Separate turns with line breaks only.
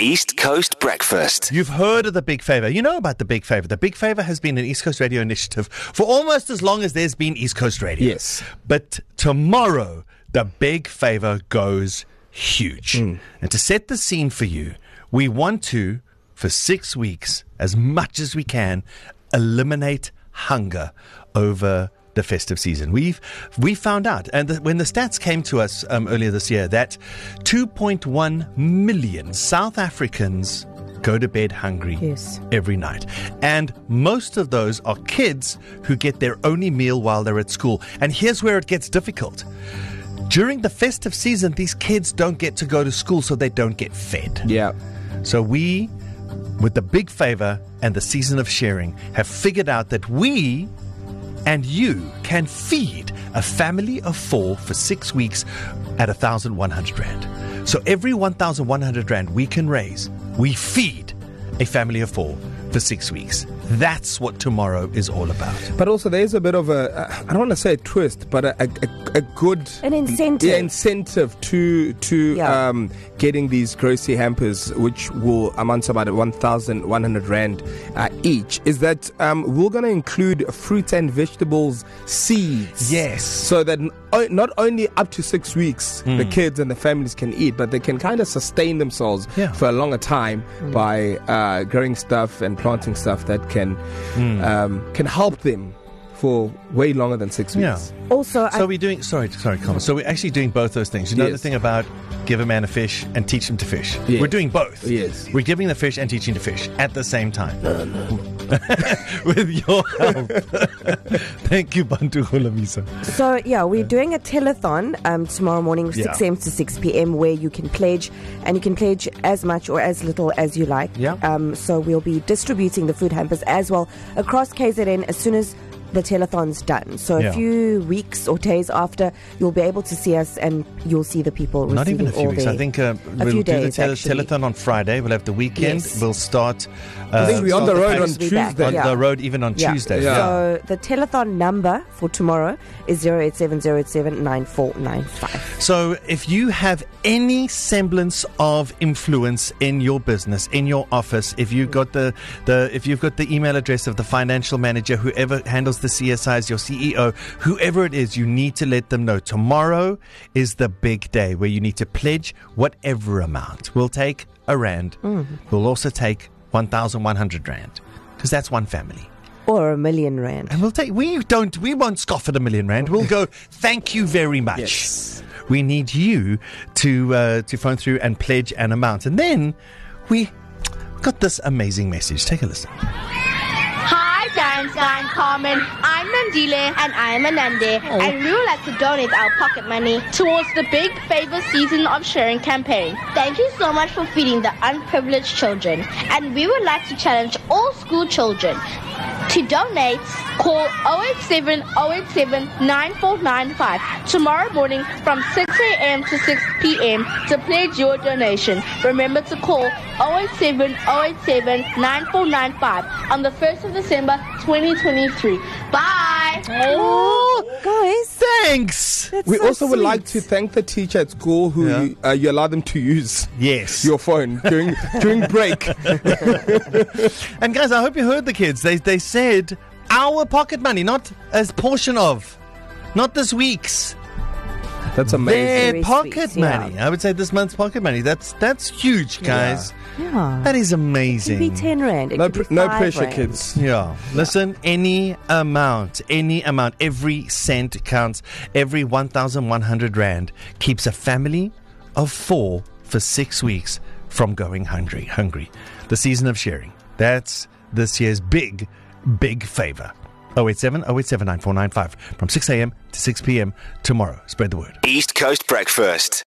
East Coast Breakfast.
You've heard of the Big Favour. You know about the Big Favour. The Big Favour has been an East Coast radio initiative for almost as long as there's been East Coast radio.
Yes.
But tomorrow, the Big Favour goes huge. And to set the scene for you, we want to, for six weeks, as much as we can, eliminate hunger over the festive season. We've we found out, and the, when the stats came to us um, earlier this year, that 2.1 million South Africans go to bed hungry
Yes.
every night. And most of those are kids who get their only meal while they're at school. And here's where it gets difficult. During the festive season, these kids don't get to go to school, so they don't get fed.
Yeah.
So we, with the big favor and the season of sharing, have figured out that we and you can feed a family of four for six weeks at 1,100 Rand. So every 1,100 Rand we can raise, we feed a family of four for six weeks. That's what tomorrow is all about.
But also, there is a bit of a, I don't want to say a twist, but a, a, a- a good.
An incentive.
Yeah, incentive to to
Yeah.
um, getting these grocery hampers, which will amount to about 1,100 Rand uh, each, is that um, we're going to include fruits and vegetables seeds.
Yes.
So that n- o- not only up to six weeks the kids and the families can eat, but they can kind of sustain themselves
Yeah.
for a longer time by uh, growing stuff and planting stuff that can um, can help them for way longer than six
Yeah.
weeks.
Also,
So
I,
we're doing sorry, sorry, Colin. So we're actually doing both those things. You know the
Yes.
thing about give a man a fish and teach him to fish.
Yes.
We're doing both.
Yes.
We're giving the fish and teaching to fish at the same time. With your help. Thank you, Bantu Holamisa.
so yeah, we're doing a telethon um, tomorrow morning,
Yeah.
six a.m. to six p.m., where you can pledge, and you can pledge as much or as little as you like.
Yeah.
Um, so we'll be distributing the food hampers as well across KZN as soon as the telethon's done. So
Yeah.
a few weeks or days after, you'll be able to see us, and you'll see the people.
Not even
receiving
a few
all
weeks.
their-
I think uh,
a
we'll
few
do
days,
the tele-
actually.
telethon on Friday. We'll have the weekend.
Yes.
We'll start.
I think we're on
start
the road on
packs
We'll be back,
Tuesday.
on
yeah.
the road even on
Yeah.
Tuesday.
Yeah.
So the telethon number for tomorrow is 0870879495.
So, if you have any semblance of influence in your business, in your office, if you've got the, the if you've got the email address of the financial manager, whoever handles the CSIs, your CEO, whoever it is, you need to let them know. Tomorrow is the big day where you need to pledge whatever amount. We'll take a rand. We'll also take one thousand one hundred rand because that's one family.
Or a million rand.
And we'll take. We don't. We won't scoff at a million rand. We'll go. Thank you very much.
Yes.
We need you to uh, to phone through and pledge an amount, and then we got this amazing message. Take a listen.
Hi, Dance Guy and Carmen. I'm Nandile and I'm Anande, and we would like to donate our pocket money towards the Big Favor Season of Sharing campaign. Thank you so much for feeding the unprivileged children, and we would like to challenge all school children to donate. Call 087 087 9495 tomorrow morning from 6 a.m. to 6 p.m. to pledge your donation. Remember to call 087 087 9495 on the 1st of December 2023. Bye!
Oh,
Guys,
thanks.
that's
We
so
also would like to
sweet.
thank the teacher at school who
Yeah.
you, uh, you allow them to use
Yes.
your phone during during break.
And guys, I hope you heard the kids. They they said our pocket money, not as portion of, not this week's.
That's amazing.
Their
Very
pocket
sweet, yeah.
money. I would say this month's pocket money. That's that's huge, guys.
Yeah.
That is amazing.
It could be 10 rand. It
No,
could
pr-
be
no
five
pressure,
rand.
kids.
Yeah. Listen, any amount, any amount, every cent counts. Every 1,100 Rand keeps a family of four for six weeks from going hungry. Hungry. The season of sharing. That's this year's big, big favor. 087 087 9495 from 6 a.m. to 6 p.m. tomorrow. Spread the word.
East Coast Breakfast.